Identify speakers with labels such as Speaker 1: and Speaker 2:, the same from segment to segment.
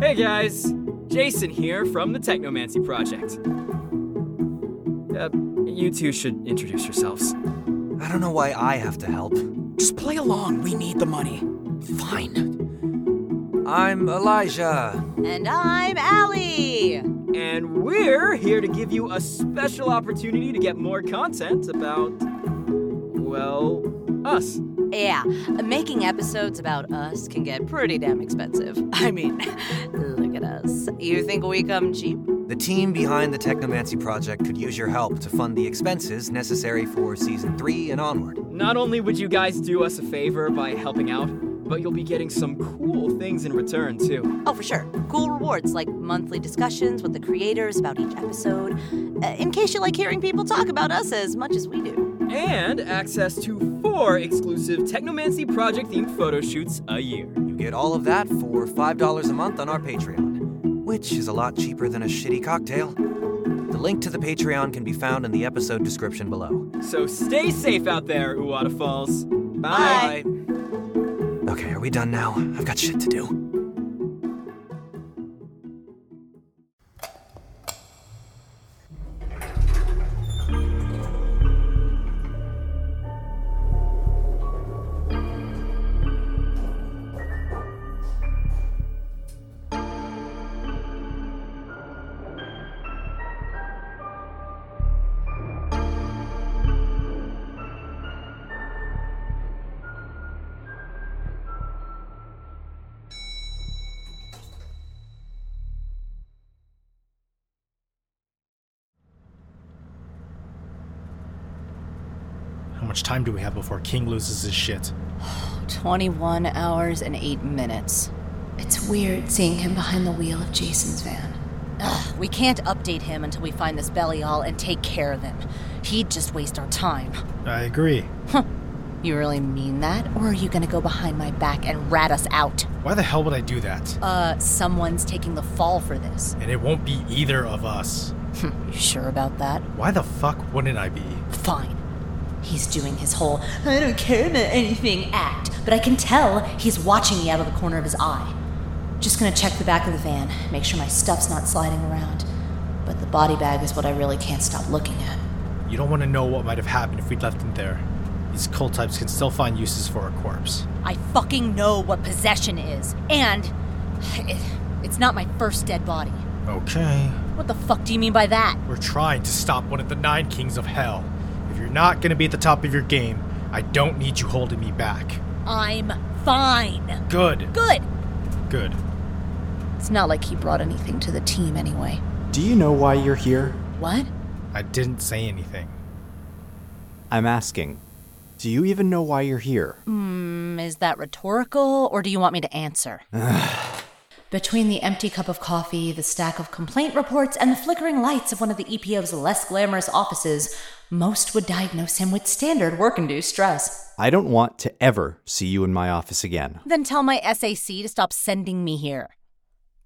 Speaker 1: Hey guys, Jason here from the Technomancy Project. Uh, you two should introduce yourselves.
Speaker 2: I don't know why I have to help.
Speaker 3: Just play along. We need the money. Fine.
Speaker 2: I'm Elijah.
Speaker 4: And I'm Allie.
Speaker 1: And we're here to give you a special opportunity to get more content about, well, us.
Speaker 4: Yeah, making episodes about us can get pretty damn expensive. I mean, look at us. You think we come cheap?
Speaker 2: The team behind the Technomancy Project could use your help to fund the expenses necessary for season three and onward.
Speaker 1: Not only would you guys do us a favor by helping out, but you'll be getting some cool things in return, too.
Speaker 4: Oh, for sure. Cool rewards like monthly discussions with the creators about each episode, uh, in case you like hearing people talk about us as much as we do.
Speaker 1: And access to four exclusive Technomancy Project themed photo shoots a year.
Speaker 2: You get all of that for $5 a month on our Patreon, which is a lot cheaper than a shitty cocktail. The link to the Patreon can be found in the episode description below.
Speaker 1: So stay safe out there, Uwata Falls. Bye.
Speaker 4: Bye.
Speaker 2: Okay, are we done now? I've got shit to do.
Speaker 5: How much time do we have before King loses his shit?
Speaker 4: 21 hours and 8 minutes.
Speaker 6: It's weird seeing him behind the wheel of Jason's van.
Speaker 4: Ugh, we can't update him until we find this Belial and take care of him. He'd just waste our time.
Speaker 5: I agree.
Speaker 4: You really mean that, or are you gonna go behind my back and rat us out?
Speaker 5: Why the hell would I do that?
Speaker 4: Uh, someone's taking the fall for this.
Speaker 5: And it won't be either of us.
Speaker 4: You sure about that?
Speaker 5: Why the fuck wouldn't I be?
Speaker 4: Fine. He's doing his whole I don't care about anything act, but I can tell he's watching me out of the corner of his eye. Just gonna check the back of the van, make sure my stuff's not sliding around. But the body bag is what I really can't stop looking at.
Speaker 5: You don't want to know what might have happened if we'd left him there. These cult types can still find uses for a corpse.
Speaker 4: I fucking know what possession is, and it, it's not my first dead body.
Speaker 5: Okay.
Speaker 4: What the fuck do you mean by that?
Speaker 5: We're trying to stop one of the nine kings of hell. If you're not going to be at the top of your game, I don't need you holding me back.
Speaker 4: I'm fine.
Speaker 5: Good.
Speaker 4: Good.
Speaker 5: Good.
Speaker 6: It's not like he brought anything to the team anyway.
Speaker 7: Do you know why you're here?
Speaker 4: What?
Speaker 5: I didn't say anything.
Speaker 7: I'm asking. Do you even know why you're here?
Speaker 4: Mm, Is that rhetorical, or do you want me to answer? Between the empty cup of coffee, the stack of complaint reports, and the flickering lights of one of the EPO's less glamorous offices, most would diagnose him with standard work induced stress.
Speaker 7: I don't want to ever see you in my office again.
Speaker 4: Then tell my SAC to stop sending me here.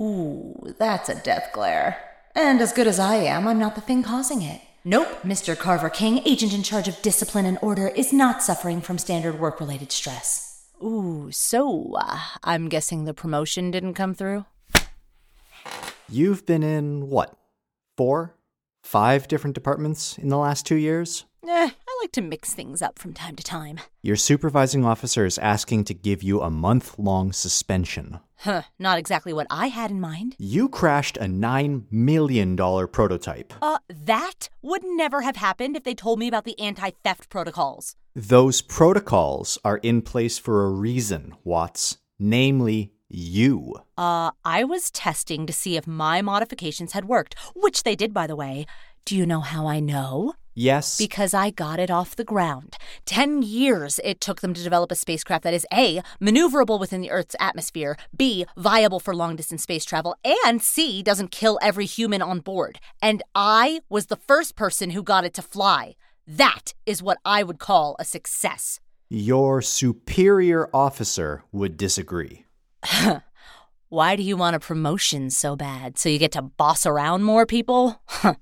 Speaker 4: Ooh, that's a death glare. And as good as I am, I'm not the thing causing it. Nope, Mr. Carver King, agent in charge of discipline and order, is not suffering from standard work related stress. Ooh, so uh, I'm guessing the promotion didn't come through?
Speaker 7: You've been in what? Four? Five different departments in the last two years?
Speaker 4: Eh, I like to mix things up from time to time.
Speaker 7: Your supervising officer is asking to give you a month long suspension.
Speaker 4: Huh, not exactly what I had in mind.
Speaker 7: You crashed a $9 million prototype.
Speaker 4: Uh, that would never have happened if they told me about the anti theft protocols.
Speaker 7: Those protocols are in place for a reason, Watts. Namely, you.
Speaker 4: Uh, I was testing to see if my modifications had worked, which they did, by the way. Do you know how I know?
Speaker 7: Yes.
Speaker 4: Because I got it off the ground. Ten years it took them to develop a spacecraft that is A, maneuverable within the Earth's atmosphere, B, viable for long distance space travel, and C, doesn't kill every human on board. And I was the first person who got it to fly. That is what I would call a success.
Speaker 7: Your superior officer would disagree.
Speaker 4: Why do you want a promotion so bad? So you get to boss around more people? Huh.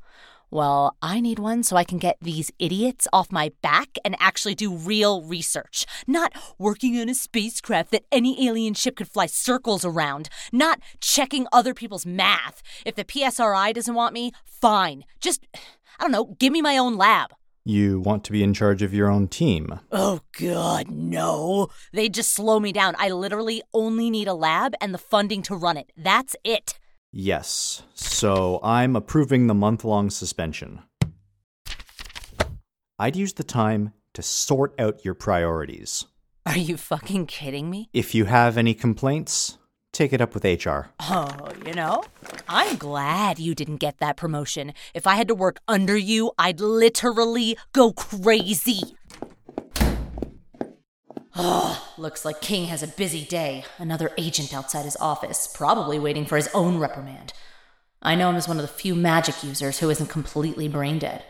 Speaker 4: Well, I need one so I can get these idiots off my back and actually do real research. Not working on a spacecraft that any alien ship could fly circles around. Not checking other people's math. If the PSRI doesn't want me, fine. Just, I don't know, give me my own lab.
Speaker 7: You want to be in charge of your own team.
Speaker 4: Oh, God, no. They just slow me down. I literally only need a lab and the funding to run it. That's it.
Speaker 7: Yes. So I'm approving the month long suspension. I'd use the time to sort out your priorities.
Speaker 4: Are you fucking kidding me?
Speaker 7: If you have any complaints, take it up with HR.
Speaker 4: Oh, you know, I'm glad you didn't get that promotion. If I had to work under you, I'd literally go crazy. Oh, looks like King has a busy day. Another agent outside his office, probably waiting for his own reprimand. I know him as one of the few magic users who isn't completely brain dead.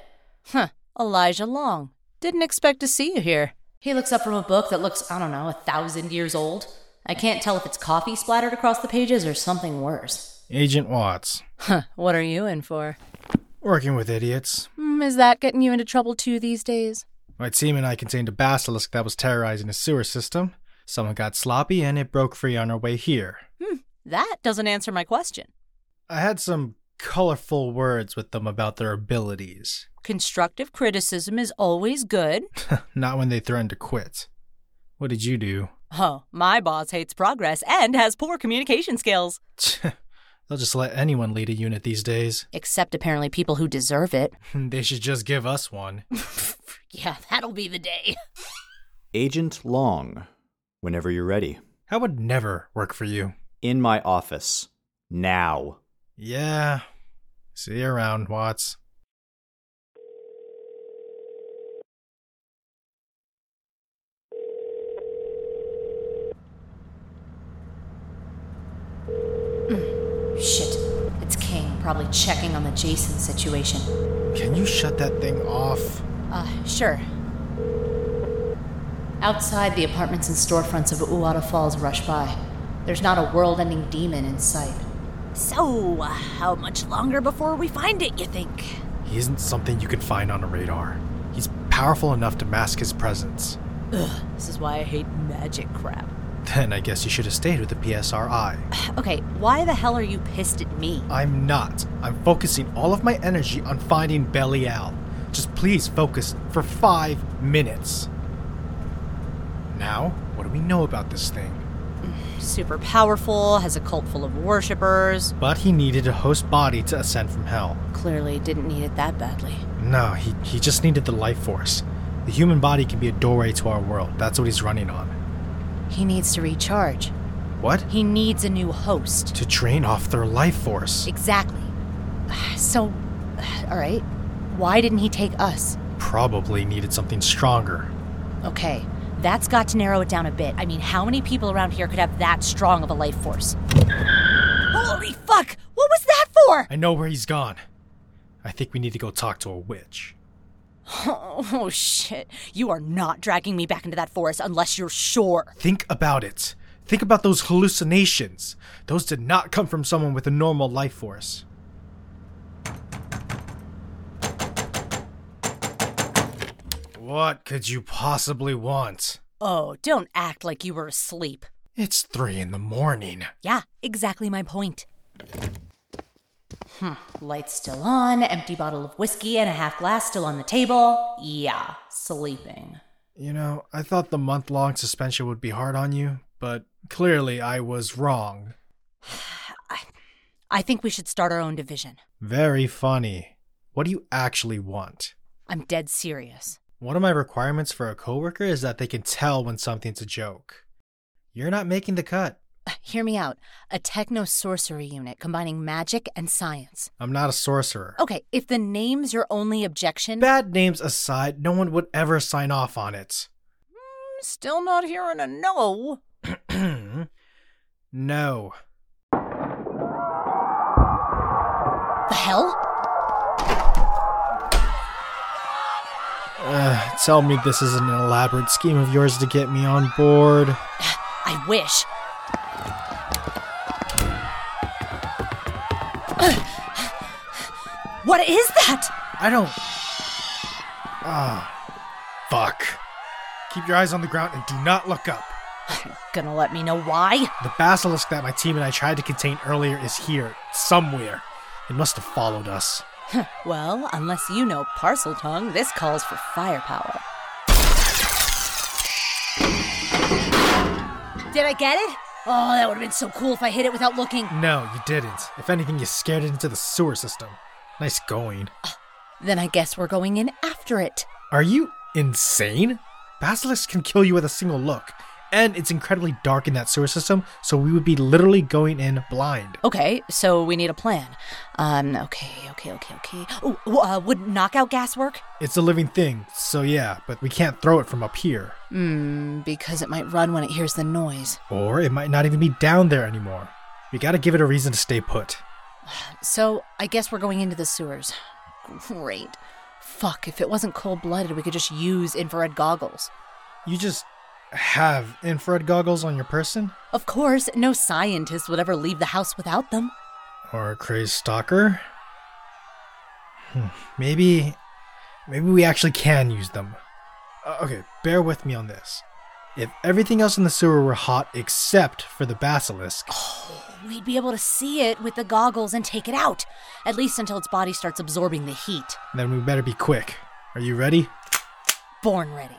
Speaker 4: Huh, Elijah Long. Didn't expect to see you here. He looks up from a book that looks, I don't know, a thousand years old. I can't tell if it's coffee splattered across the pages or something worse.
Speaker 5: Agent Watts.
Speaker 4: Huh, what are you in for?
Speaker 5: Working with idiots.
Speaker 6: Mm, is that getting you into trouble too these days?
Speaker 5: My team and I contained a basilisk that was terrorizing a sewer system. Someone got sloppy and it broke free on our way here.
Speaker 4: Hmm, that doesn't answer my question.
Speaker 5: I had some colorful words with them about their abilities.
Speaker 4: Constructive criticism is always good.
Speaker 5: Not when they threatened to quit. What did you do?
Speaker 4: Oh, my boss hates progress and has poor communication skills.
Speaker 5: They'll just let anyone lead a unit these days.
Speaker 4: Except apparently people who deserve it.
Speaker 5: They should just give us one.
Speaker 4: yeah, that'll be the day.
Speaker 7: Agent Long, whenever you're ready.
Speaker 5: I would never work for you.
Speaker 7: In my office. Now.
Speaker 5: Yeah. See you around, Watts.
Speaker 4: Shit. It's King, probably checking on the Jason situation.
Speaker 5: Can you shut that thing off?
Speaker 4: Uh, sure. Outside, the apartments and storefronts of Uwata Falls rush by. There's not a world ending demon in sight. So, how much longer before we find it, you think?
Speaker 5: He isn't something you can find on a radar. He's powerful enough to mask his presence.
Speaker 4: Ugh, this is why I hate magic crap.
Speaker 5: Then I guess you should have stayed with the PSRI.
Speaker 4: Okay, why the hell are you pissed at me?
Speaker 5: I'm not. I'm focusing all of my energy on finding Belial. Just please focus for five minutes. Now, what do we know about this thing?
Speaker 4: Super powerful, has a cult full of worshippers.
Speaker 5: But he needed a host body to ascend from hell.
Speaker 4: Clearly didn't need it that badly.
Speaker 5: No, he, he just needed the life force. The human body can be a doorway to our world. That's what he's running on.
Speaker 4: He needs to recharge.
Speaker 5: What?
Speaker 4: He needs a new host.
Speaker 5: To drain off their life force.
Speaker 4: Exactly. So, alright. Why didn't he take us?
Speaker 5: Probably needed something stronger.
Speaker 4: Okay, that's got to narrow it down a bit. I mean, how many people around here could have that strong of a life force? Holy fuck! What was that for?
Speaker 5: I know where he's gone. I think we need to go talk to a witch.
Speaker 4: Oh, oh, shit. You are not dragging me back into that forest unless you're sure.
Speaker 5: Think about it. Think about those hallucinations. Those did not come from someone with a normal life force. What could you possibly want?
Speaker 4: Oh, don't act like you were asleep.
Speaker 5: It's three in the morning.
Speaker 4: Yeah, exactly my point. Hmm, lights still on, empty bottle of whiskey and a half glass still on the table. Yeah, sleeping.
Speaker 5: You know, I thought the month long suspension would be hard on you, but clearly I was wrong.
Speaker 4: I, I think we should start our own division.
Speaker 5: Very funny. What do you actually want?
Speaker 4: I'm dead serious.
Speaker 5: One of my requirements for a coworker is that they can tell when something's a joke. You're not making the cut.
Speaker 4: Hear me out. A techno sorcery unit combining magic and science.
Speaker 5: I'm not a sorcerer.
Speaker 4: Okay, if the name's your only objection,
Speaker 5: Bad names aside, no one would ever sign off on it.
Speaker 4: still not hearing a no.
Speaker 5: no.
Speaker 4: The hell?
Speaker 5: Uh, tell me this isn't an elaborate scheme of yours to get me on board.
Speaker 4: I wish. What is that?
Speaker 5: I don't. Ah. fuck. Keep your eyes on the ground and do not look up.
Speaker 4: Gonna let me know why?
Speaker 5: The basilisk that my team and I tried to contain earlier is here, somewhere. It must have followed us.
Speaker 4: Well, unless you know parcel tongue, this calls for firepower. Did I get it? Oh, that would have been so cool if I hit it without looking.
Speaker 5: No, you didn't. If anything, you scared it into the sewer system. Nice going.
Speaker 4: Then I guess we're going in after it.
Speaker 5: Are you insane? Basilisk can kill you with a single look. And it's incredibly dark in that sewer system, so we would be literally going in blind.
Speaker 4: Okay, so we need a plan. Um, okay, okay, okay, okay. Ooh, ooh, uh, would knockout gas work?
Speaker 5: It's a living thing, so yeah, but we can't throw it from up here.
Speaker 4: Hmm, because it might run when it hears the noise.
Speaker 5: Or it might not even be down there anymore. We gotta give it a reason to stay put.
Speaker 4: So I guess we're going into the sewers. Great. Fuck, if it wasn't cold blooded, we could just use infrared goggles.
Speaker 5: You just have infrared goggles on your person?
Speaker 4: Of course, no scientist would ever leave the house without them.
Speaker 5: Or a crazed stalker? Hmm, Maybe. Maybe we actually can use them. Uh, okay, bear with me on this. If everything else in the sewer were hot except for the basilisk,
Speaker 4: We'd be able to see it with the goggles and take it out, at least until its body starts absorbing the heat.
Speaker 5: then we better be quick. Are you ready?
Speaker 4: Born ready.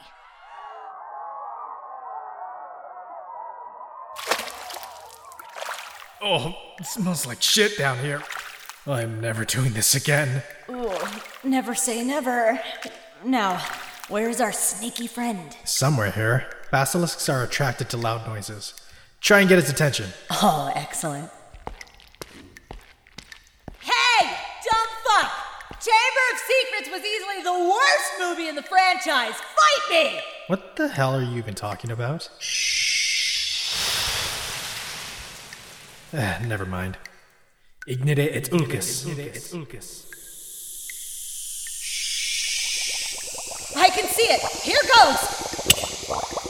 Speaker 5: Oh, it smells like shit down here. I'm never doing this again.
Speaker 4: Never say never. Now, where's our sneaky friend?
Speaker 5: Somewhere here, basilisks are attracted to loud noises. Try and get its attention.
Speaker 4: Oh, excellent. Hey, dumb fuck! Chamber of Secrets was easily the worst movie in the franchise. Fight me!
Speaker 5: What the hell are you even talking about? Eh, never mind. Ignite et ulcus.
Speaker 4: I can see it. Here goes.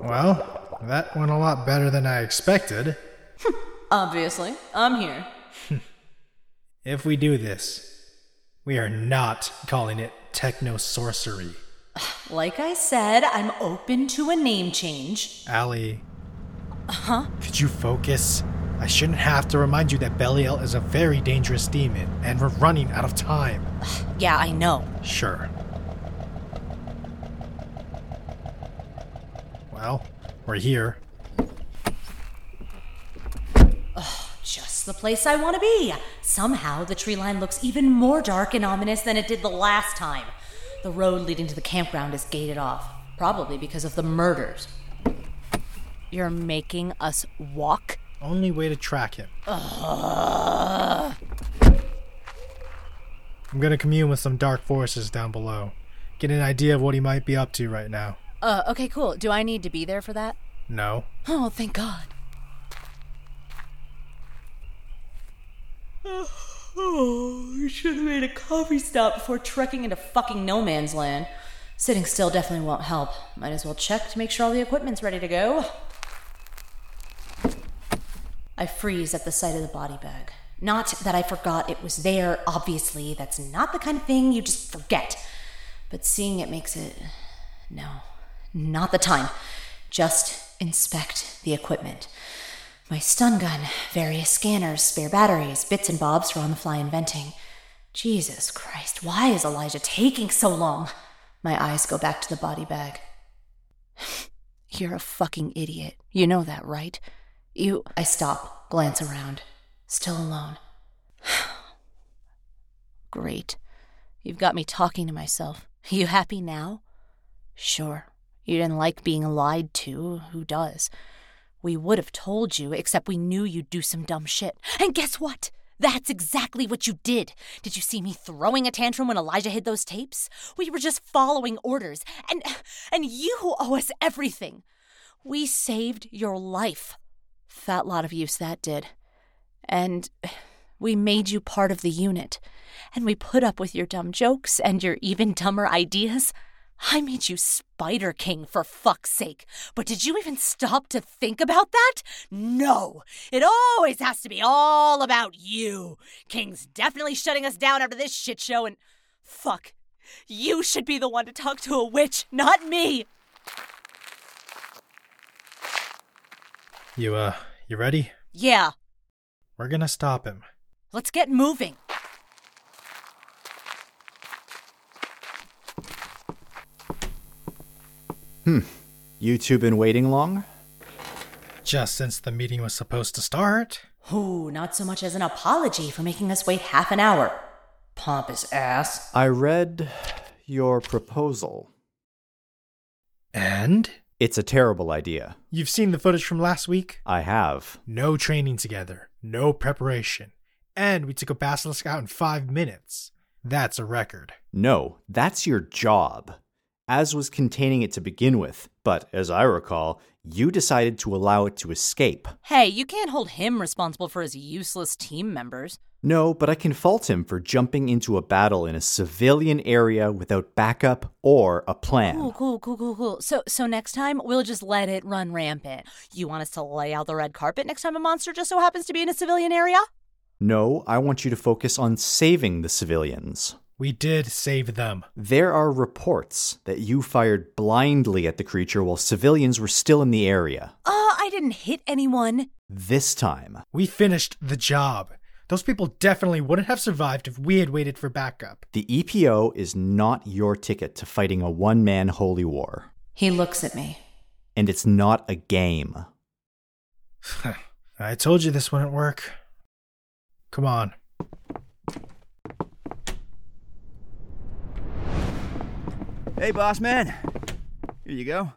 Speaker 5: Well, that went a lot better than I expected.
Speaker 4: Obviously, I'm here.
Speaker 5: If we do this, we are not calling it techno sorcery.
Speaker 4: Like I said, I'm open to a name change.
Speaker 5: Allie. Huh? Could you focus? I shouldn't have to remind you that Belial is a very dangerous demon, and we're running out of time.
Speaker 4: Yeah, I know.
Speaker 5: Sure. Well, we're here.
Speaker 4: Just the place I want to be. Somehow, the tree line looks even more dark and ominous than it did the last time. The road leading to the campground is gated off, probably because of the murders. You're making us walk?
Speaker 5: Only way to track him. I'm gonna commune with some dark forces down below. Get an idea of what he might be up to right now.
Speaker 4: Uh, okay, cool. Do I need to be there for that?
Speaker 5: No.
Speaker 4: Oh, thank God. Oh, we should have made a coffee stop before trekking into fucking no man's land. Sitting still definitely won't help. Might as well check to make sure all the equipment's ready to go. I freeze at the sight of the body bag. Not that I forgot it was there, obviously. That's not the kind of thing you just forget. But seeing it makes it. No, not the time. Just inspect the equipment. My stun gun, various scanners, spare batteries, bits and bobs for on the fly inventing. Jesus Christ, why is Elijah taking so long? My eyes go back to the body bag. You're a fucking idiot. You know that, right? You. I stop, glance around. Still alone. Great. You've got me talking to myself. You happy now? Sure. You didn't like being lied to. Who does? We would have told you, except we knew you'd do some dumb shit. And guess what? That's exactly what you did. Did you see me throwing a tantrum when Elijah hid those tapes? We were just following orders, and and you owe us everything. We saved your life. Fat lot of use that did. And We made you part of the unit. And we put up with your dumb jokes and your even dumber ideas. I made you Spider King for fuck's sake. But did you even stop to think about that? No. It always has to be all about you. King's definitely shutting us down after this shit show and fuck. You should be the one to talk to a witch, not me.
Speaker 5: You, uh, you ready?
Speaker 4: Yeah,
Speaker 5: We're gonna stop him.
Speaker 4: let's get moving.
Speaker 7: You two been waiting long?
Speaker 5: Just since the meeting was supposed to start.
Speaker 4: Ooh, not so much as an apology for making us wait half an hour. Pompous ass.
Speaker 7: I read your proposal.
Speaker 5: And?
Speaker 7: It's a terrible idea.
Speaker 5: You've seen the footage from last week?
Speaker 7: I have.
Speaker 5: No training together, no preparation. And we took a basilisk out in five minutes. That's a record.
Speaker 7: No, that's your job. As was containing it to begin with, but as I recall, you decided to allow it to escape.
Speaker 4: Hey, you can't hold him responsible for his useless team members.
Speaker 7: No, but I can fault him for jumping into a battle in a civilian area without backup or
Speaker 4: Cool,
Speaker 7: a plan.
Speaker 4: cool, cool, cool, cool. So, so next time we'll just let it run rampant. You want us to lay out the red carpet next time a monster just so happens to be in a civilian area?
Speaker 7: No, I want you to focus on saving the civilians.
Speaker 5: We did save them.
Speaker 7: There are reports that you fired blindly at the creature while civilians were still in the area.
Speaker 4: Oh, I didn't hit anyone.
Speaker 7: This time,
Speaker 5: We finished the job. Those people definitely wouldn't have survived if we had waited for backup.
Speaker 7: the EPO is not your ticket to fighting a one man holy war,
Speaker 6: He looks at me.
Speaker 7: and it's not a game.
Speaker 5: I told you this wouldn't work. Come on.
Speaker 8: Hey, boss man. Here you go.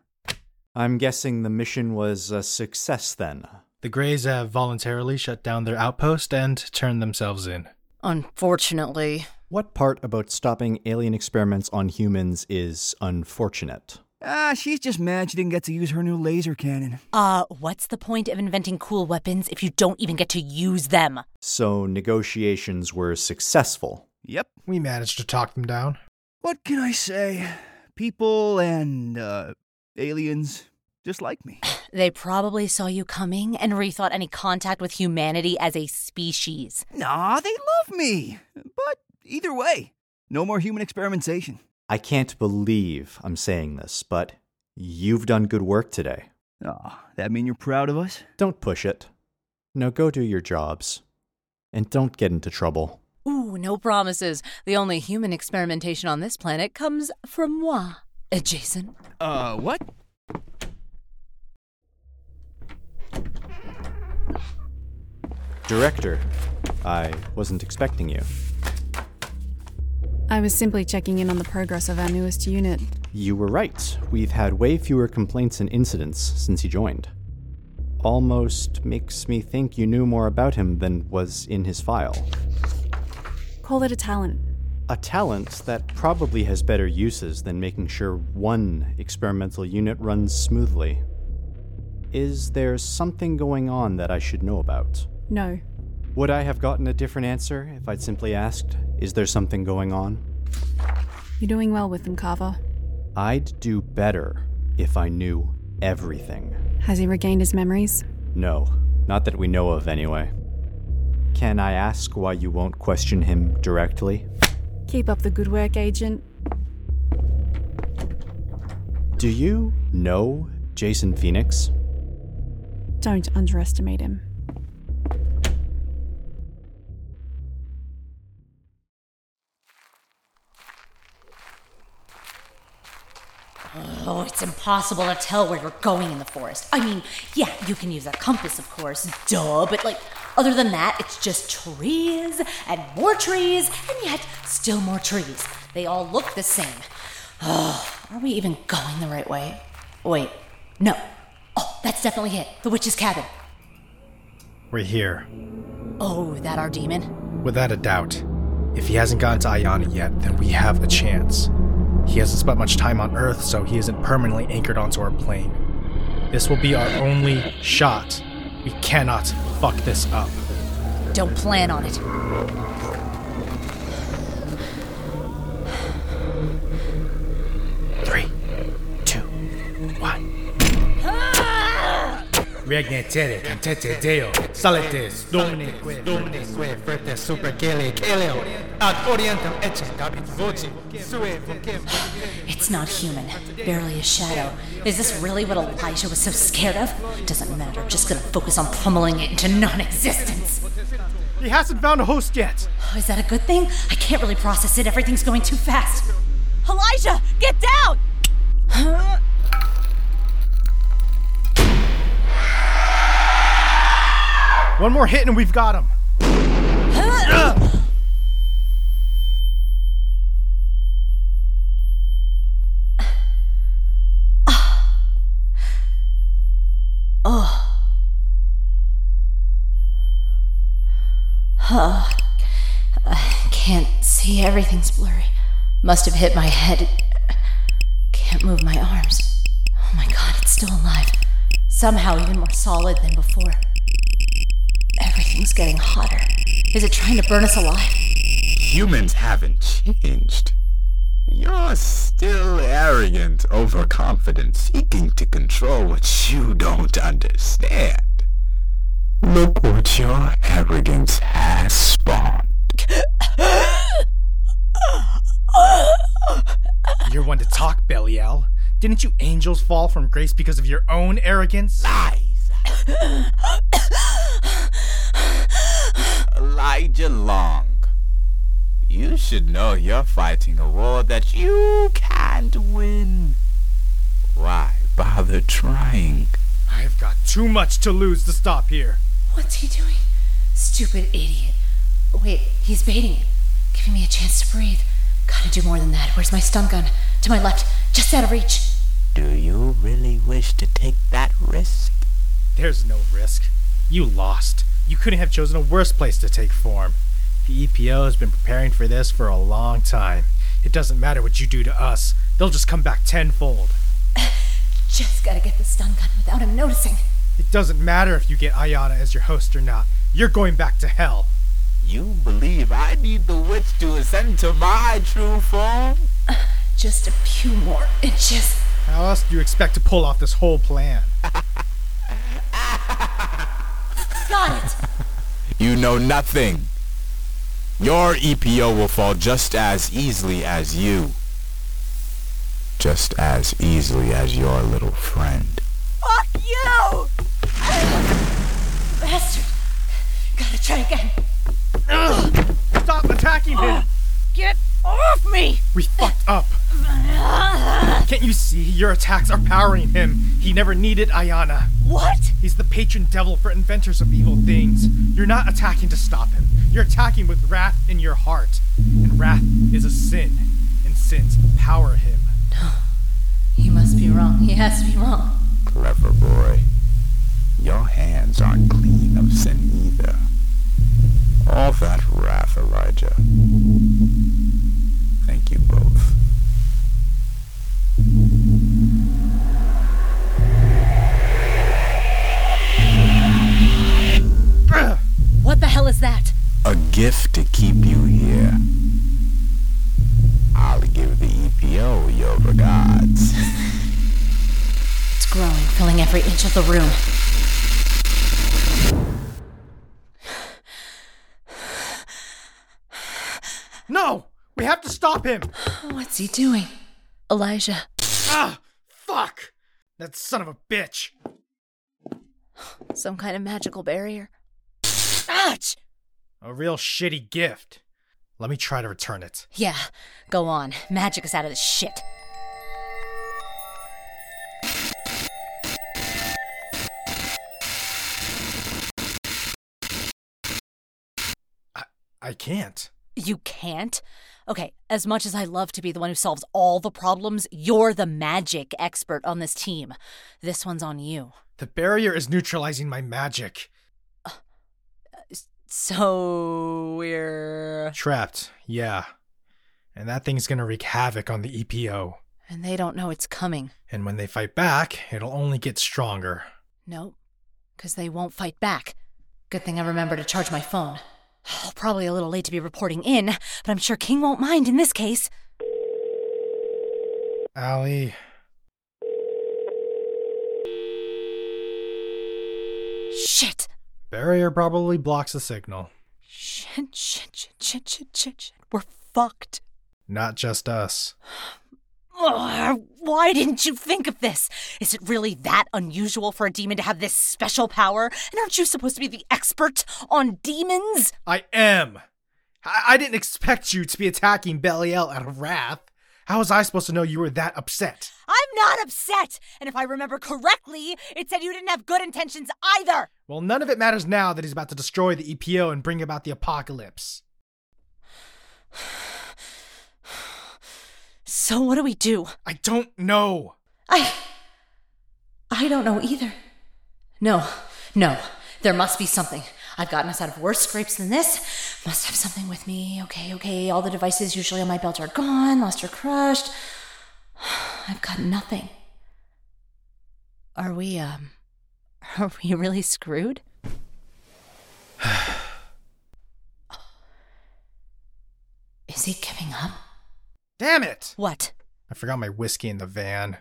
Speaker 7: I'm guessing the mission was a success then.
Speaker 5: The Greys have voluntarily shut down their outpost and turned themselves in.
Speaker 4: Unfortunately.
Speaker 7: What part about stopping alien experiments on humans is unfortunate?
Speaker 8: Ah, she's just mad she didn't get to use her new laser cannon.
Speaker 4: Uh, what's the point of inventing cool weapons if you don't even get to use them?
Speaker 7: So negotiations were successful.
Speaker 8: Yep.
Speaker 5: We managed to talk them down.
Speaker 8: What can I say? People and, uh, aliens just like me.
Speaker 4: They probably saw you coming and rethought any contact with humanity as a species.
Speaker 8: Nah, they love me. But either way, no more human experimentation.
Speaker 7: I can't believe I'm saying this, but you've done good work today.
Speaker 8: Aw, that mean you're proud of us?
Speaker 7: Don't push it. Now go do your jobs. And don't get into trouble.
Speaker 4: Ooh, no promises. The only human experimentation on this planet comes from moi. Uh, Jason?
Speaker 8: Uh, what?
Speaker 7: Director, I wasn't expecting you.
Speaker 9: I was simply checking in on the progress of our newest unit.
Speaker 7: You were right. We've had way fewer complaints and incidents since you joined. Almost makes me think you knew more about him than was in his file.
Speaker 9: Call it a talent.
Speaker 7: A talent that probably has better uses than making sure one experimental unit runs smoothly. Is there something going on that I should know about?
Speaker 9: No.
Speaker 7: Would I have gotten a different answer if I'd simply asked, Is there something going on?
Speaker 9: You're doing well with them, Carver.
Speaker 7: I'd do better if I knew everything.
Speaker 9: Has he regained his memories?
Speaker 7: No, not that we know of anyway. Can I ask why you won't question him directly?
Speaker 9: Keep up the good work, Agent.
Speaker 7: Do you know Jason Phoenix?
Speaker 9: Don't underestimate him.
Speaker 4: Oh, it's impossible to tell where you're going in the forest. I mean, yeah, you can use a compass, of course, duh, but like, other than that, it's just trees and more trees and yet still more trees. They all look the same. Oh, are we even going the right way? Wait, no. Oh, that's definitely it. The witch's cabin.
Speaker 5: We're here.
Speaker 4: Oh, that our demon?
Speaker 5: Without a doubt. If he hasn't gotten to Ayana yet, then we have a chance. He hasn't spent much time on Earth, so he isn't permanently anchored onto our plane. This will be our only shot. We cannot fuck this up.
Speaker 6: Don't plan on it.
Speaker 5: Three, two, one. Regnatele, cantete deo, solites, dominique, dominique, frete supercele, caleo, ad orientem ecce dabit voci, sue vocem.
Speaker 6: It's not human. Barely a shadow. Is this really what Elijah was so scared of? Doesn't matter. I'm just gonna focus on pummeling it into non existence.
Speaker 5: He hasn't found a host yet.
Speaker 6: Oh, Is that a good thing? I can't really process it. Everything's going too fast. Elijah, get down!
Speaker 5: One more hit and we've got him.
Speaker 6: Can't see. Everything's blurry. Must have hit my head. Can't move my arms. Oh my god, it's still alive. Somehow even more solid than before. Everything's getting hotter. Is it trying to burn us alive?
Speaker 10: Humans haven't changed. You're still arrogant, overconfident, seeking to control what you don't understand. Look what your arrogance has spawned.
Speaker 5: You're one to talk, Belial. Didn't you angels fall from grace because of your own arrogance?
Speaker 10: Ah! Lies. Elijah Long. You should know you're fighting a war that you can't win. Why bother trying?
Speaker 5: I've got too much to lose to stop here.
Speaker 6: What's he doing? Stupid idiot. Wait, he's baiting it, giving me a chance to breathe. Gotta do more than that. Where's my stun gun? To my left, just out of reach.
Speaker 10: Do you really wish to take that risk?
Speaker 5: There's no risk. You lost. You couldn't have chosen a worse place to take form. The EPO has been preparing for this for a long time. It doesn't matter what you do to us, they'll just come back tenfold.
Speaker 6: Just gotta get the stun gun without him noticing.
Speaker 5: It doesn't matter if you get Ayana as your host or not, you're going back to hell.
Speaker 10: You believe I need the witch to ascend to my true form?
Speaker 6: Just a few more inches.
Speaker 5: How else do you expect to pull off this whole plan?
Speaker 6: Got it!
Speaker 10: You know nothing. Your EPO will fall just as easily as you. Just as easily as your little friend.
Speaker 6: Fuck you! Bastard! Gotta try again.
Speaker 5: Stop attacking him!
Speaker 6: Get off me!
Speaker 5: We fucked up. Can't you see? Your attacks are powering him. He never needed Ayana.
Speaker 6: What?
Speaker 5: He's the patron devil for inventors of evil things. You're not attacking to stop him. You're attacking with wrath in your heart. And wrath is a sin, and sins power him.
Speaker 6: He must be wrong. He has to be wrong.
Speaker 10: Clever boy. Your hands aren't clean of sin either. All that wrath, Elijah. Thank you both.
Speaker 6: What the hell is that?
Speaker 10: A gift to keep you here. I'll give the EPO your regards.
Speaker 6: It's growing, filling every inch of the room.
Speaker 5: No! We have to stop him!
Speaker 6: What's he doing? Elijah.
Speaker 5: Ah! Fuck! That son of a bitch!
Speaker 6: Some kind of magical barrier. Ouch!
Speaker 5: A real shitty gift. Let me try to return it.
Speaker 6: Yeah, go on. Magic is out of this shit.
Speaker 5: I can't.
Speaker 6: You can't? Okay, as much as I love to be the one who solves all the problems, you're the magic expert on this team. This one's on you.
Speaker 5: The barrier is neutralizing my magic.
Speaker 6: So we're.
Speaker 5: Trapped, yeah. And that thing's gonna wreak havoc on the EPO.
Speaker 6: And they don't know it's coming.
Speaker 5: And when they fight back, it'll only get stronger.
Speaker 6: Nope. Because they won't fight back.
Speaker 4: Good thing I remember to charge my phone. Probably a little late to be reporting in, but I'm sure King won't mind in this case.
Speaker 5: Allie.
Speaker 4: Shit!
Speaker 5: Barrier probably blocks the signal.
Speaker 4: Shit, shit, shit, shit, shit, shit, shit. We're fucked.
Speaker 5: Not just us.
Speaker 4: Ugh, why didn't you think of this? Is it really that unusual for a demon to have this special power? And aren't you supposed to be the expert on demons?
Speaker 5: I am. I, I didn't expect you to be attacking Belial out of wrath. How was I supposed to know you were that upset?
Speaker 4: I'm not upset! And if I remember correctly, it said you didn't have good intentions either!
Speaker 5: Well, none of it matters now that he's about to destroy the EPO and bring about the apocalypse.
Speaker 4: So what do we do?
Speaker 5: I don't know.
Speaker 4: I. I don't know either. No, no. There must be something. I've gotten us out of worse scrapes than this. Must have something with me. Okay, okay. All the devices usually on my belt are gone, lost or crushed. I've got nothing. Are we, um. Are we really screwed? Is he giving up?
Speaker 5: Damn it!
Speaker 4: What?
Speaker 5: I forgot my whiskey in the van.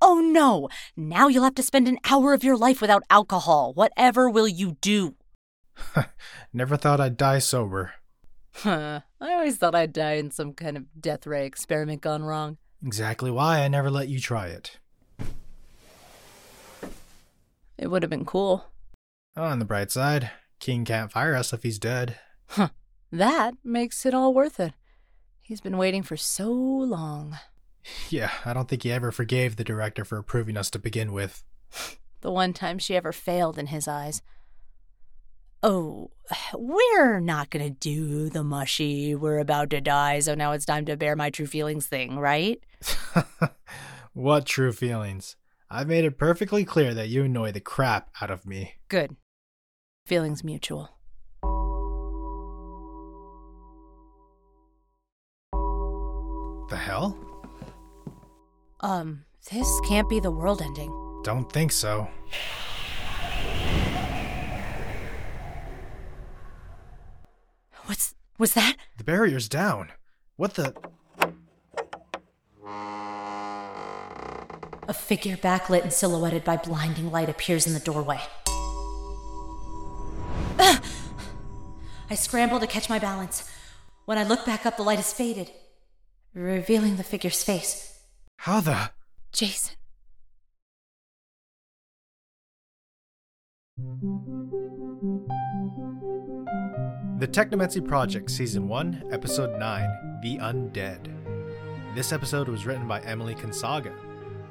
Speaker 4: Oh no! Now you'll have to spend an hour of your life without alcohol. Whatever will you do?
Speaker 5: Never thought I'd die sober.
Speaker 4: Huh. I always thought I'd die in some kind of death ray experiment gone wrong.
Speaker 5: Exactly why I never let you try it.
Speaker 4: It would have been cool.
Speaker 5: On the bright side, King can't fire us if he's dead.
Speaker 4: Huh. That makes it all worth it. He's been waiting for so long.
Speaker 5: Yeah, I don't think he ever forgave the director for approving us to begin with.
Speaker 4: The one time she ever failed in his eyes. Oh, we're not gonna do the mushy, we're about to die, so now it's time to bear my true feelings thing, right?
Speaker 5: what true feelings? I've made it perfectly clear that you annoy the crap out of me.
Speaker 4: Good. Feelings mutual.
Speaker 5: The hell?
Speaker 4: Um, this can't be the world ending.
Speaker 5: Don't think so.
Speaker 4: What's was that?
Speaker 5: The barrier's down. What the?
Speaker 4: A figure backlit and silhouetted by blinding light appears in the doorway. Ah! I scramble to catch my balance. When I look back up, the light has faded, revealing the figure's face.
Speaker 5: How the?
Speaker 4: Jason.
Speaker 5: The Technomancy Project, Season 1, Episode 9 The Undead. This episode was written by Emily Kinsaga.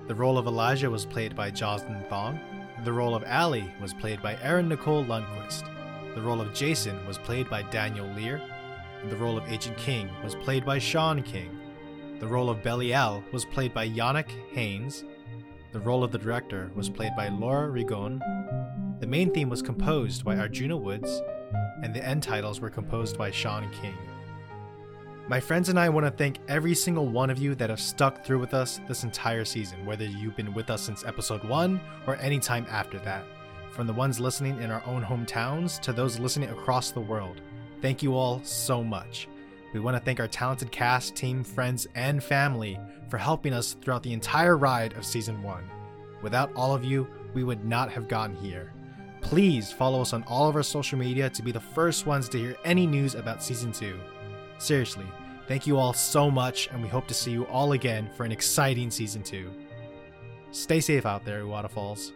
Speaker 5: The role of Elijah was played by Jocelyn Thong. The role of Allie was played by Erin Nicole Lundquist. The role of Jason was played by Daniel Lear. And the role of Agent King was played by Sean King. The role of Belial was played by Yannick Haynes. The role of the director was played by Laura Rigon. The main theme was composed by Arjuna Woods, and the end titles were composed by Sean King. My friends and I want to thank every single one of you that have stuck through with us this entire season, whether you've been with us since episode 1 or any time after that. From the ones listening in our own hometowns to those listening across the world, thank you all so much. We want to thank our talented cast, team, friends, and family for helping us throughout the entire ride of Season 1. Without all of you, we would not have gotten here. Please follow us on all of our social media to be the first ones to hear any news about Season 2. Seriously, thank you all so much, and we hope to see you all again for an exciting Season 2. Stay safe out there, Waterfalls.